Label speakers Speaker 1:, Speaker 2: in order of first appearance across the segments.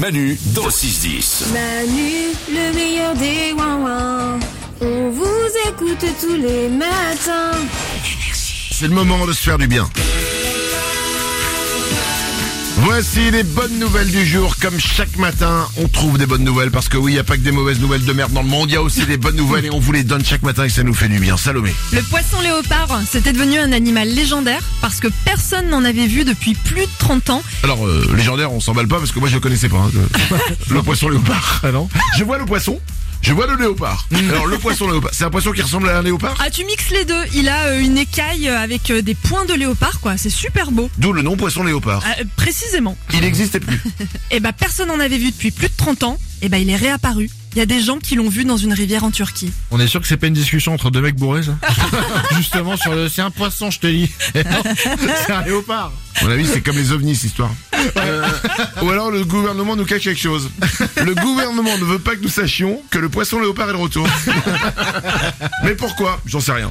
Speaker 1: Manu dans le 6-10.
Speaker 2: Manu, le meilleur des ouin On vous écoute tous les matins.
Speaker 3: C'est le moment de se faire du bien. Voici les bonnes nouvelles du jour. Comme chaque matin, on trouve des bonnes nouvelles parce que oui, il n'y a pas que des mauvaises nouvelles de merde dans le monde. Il y a aussi des bonnes nouvelles et on vous les donne chaque matin et ça nous fait du bien. Salomé.
Speaker 4: Le poisson léopard, c'était devenu un animal légendaire parce que personne n'en avait vu depuis plus de 30 ans.
Speaker 3: Alors, euh, légendaire, on s'emballe pas parce que moi je le connaissais pas. hein. Le- le poisson léopard.
Speaker 5: Ah non Mm.
Speaker 3: Je vois le poisson. Je vois le léopard. Alors, le poisson léopard. C'est un poisson qui ressemble à un léopard
Speaker 4: Ah, tu mixes les deux. Il a euh, une écaille euh, avec euh, des points de léopard, quoi. C'est super beau.
Speaker 3: D'où le nom poisson léopard.
Speaker 4: Ah, euh, précisément.
Speaker 3: Il n'existait plus.
Speaker 4: Et bah, personne n'en avait vu depuis plus de 30 ans. Et bah, il est réapparu. Il y a des gens qui l'ont vu dans une rivière en Turquie.
Speaker 5: On est sûr que c'est pas une discussion entre deux mecs bourrés, ça Justement, sur le. C'est un poisson, je te dis. c'est un léopard.
Speaker 3: À mon avis, c'est comme les ovnis, cette histoire. Euh, ou alors le gouvernement nous cache quelque chose. Le gouvernement ne veut pas que nous sachions que le poisson léopard est de retour. Mais pourquoi J'en sais rien.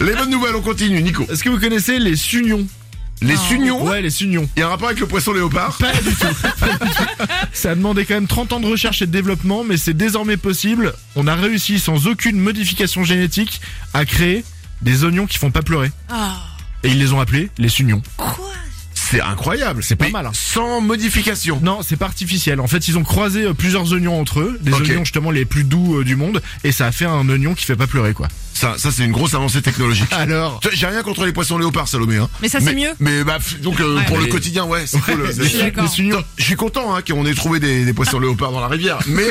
Speaker 3: Les bonnes nouvelles, on continue, Nico.
Speaker 5: Est-ce que vous connaissez les sunions
Speaker 3: Les
Speaker 5: Ah.
Speaker 3: sunions,
Speaker 5: Ouais, les sunions.
Speaker 3: il y a un rapport avec le poisson léopard.
Speaker 5: Ça a demandé quand même 30 ans de recherche et de développement, mais c'est désormais possible. On a réussi sans aucune modification génétique à créer des oignons qui font pas pleurer.
Speaker 6: Ah.
Speaker 5: Et ils les ont appelés les sunions.
Speaker 3: C'est incroyable.
Speaker 5: C'est pas
Speaker 3: Mais
Speaker 5: mal, hein.
Speaker 3: Sans modification.
Speaker 5: Non, c'est pas artificiel. En fait, ils ont croisé euh, plusieurs oignons entre eux, des
Speaker 3: Ok.
Speaker 5: oignons justement les plus doux euh, du monde, et ça a fait un oignon qui fait pas pleurer, quoi.
Speaker 3: Ça, ça c'est une grosse avancée technologique.
Speaker 5: Alors
Speaker 3: Tu vois, J'ai rien contre les poissons léopards, Salomé. Hein.
Speaker 4: Mais ça, c'est mieux.
Speaker 3: Mais bah, pff, donc euh, pour le quotidien, ouais, c'est cool.
Speaker 5: les,
Speaker 4: suis d'accord.
Speaker 5: les sunions.
Speaker 3: Attends, Je suis content hein, qu'on ait trouvé des, des poissons léopards dans la rivière, mais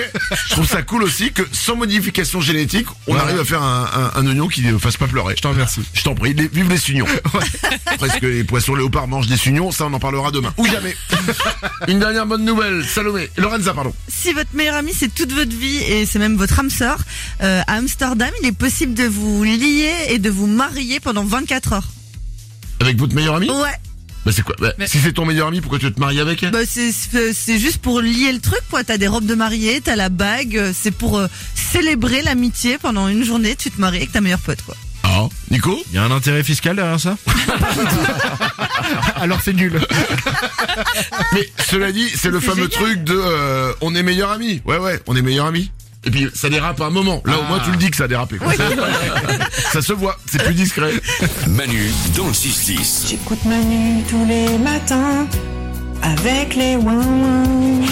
Speaker 3: je trouve ça cool aussi que sans modification génétique, on
Speaker 5: Voilà.
Speaker 3: arrive à faire un, un- un oignon qui ne fasse pas pleurer.
Speaker 5: Je t'en remercie.
Speaker 3: Je t'en prie, les- vive les sugnons. Presque les poissons léopards mangent des sugnons, ça on en parlera demain. Ou jamais. Une dernière bonne nouvelle, Salomé, Lorenza pardon.
Speaker 6: Si votre meilleur ami c'est toute votre vie et c'est même votre âme sœur, euh, à Amsterdam, il est possible de vous lier et de vous marier pendant 24 heures.
Speaker 3: Avec votre meilleur ami
Speaker 4: Mmh.
Speaker 6: Ouais,
Speaker 3: Bah c'est quoi Bah,
Speaker 4: Mais-
Speaker 3: Si c'est ton meilleur ami, pourquoi tu veux te marier avec elle
Speaker 6: bah c'est c'est c'est juste pour lier le truc quoi. T'as des robes de mariée, t'as la bague, euh, c'est pour euh, célébrer l'amitié pendant une journée. Tu te maries avec ta meilleure pote quoi.
Speaker 3: Ah, Nico
Speaker 5: Il y a un intérêt fiscal derrière ça Alors c'est nul.
Speaker 3: Mais cela dit, c'est le fameux truc de euh, on est meilleur ami. Ouais ouais, on est meilleur ami. Et puis ça dérape à un moment. Là au moins tu le dis que ça a dérapé. quoi. ça se voit, c'est plus discret.
Speaker 1: Manu dans le 6-10.
Speaker 7: J'écoute Manu tous les matins avec les ouin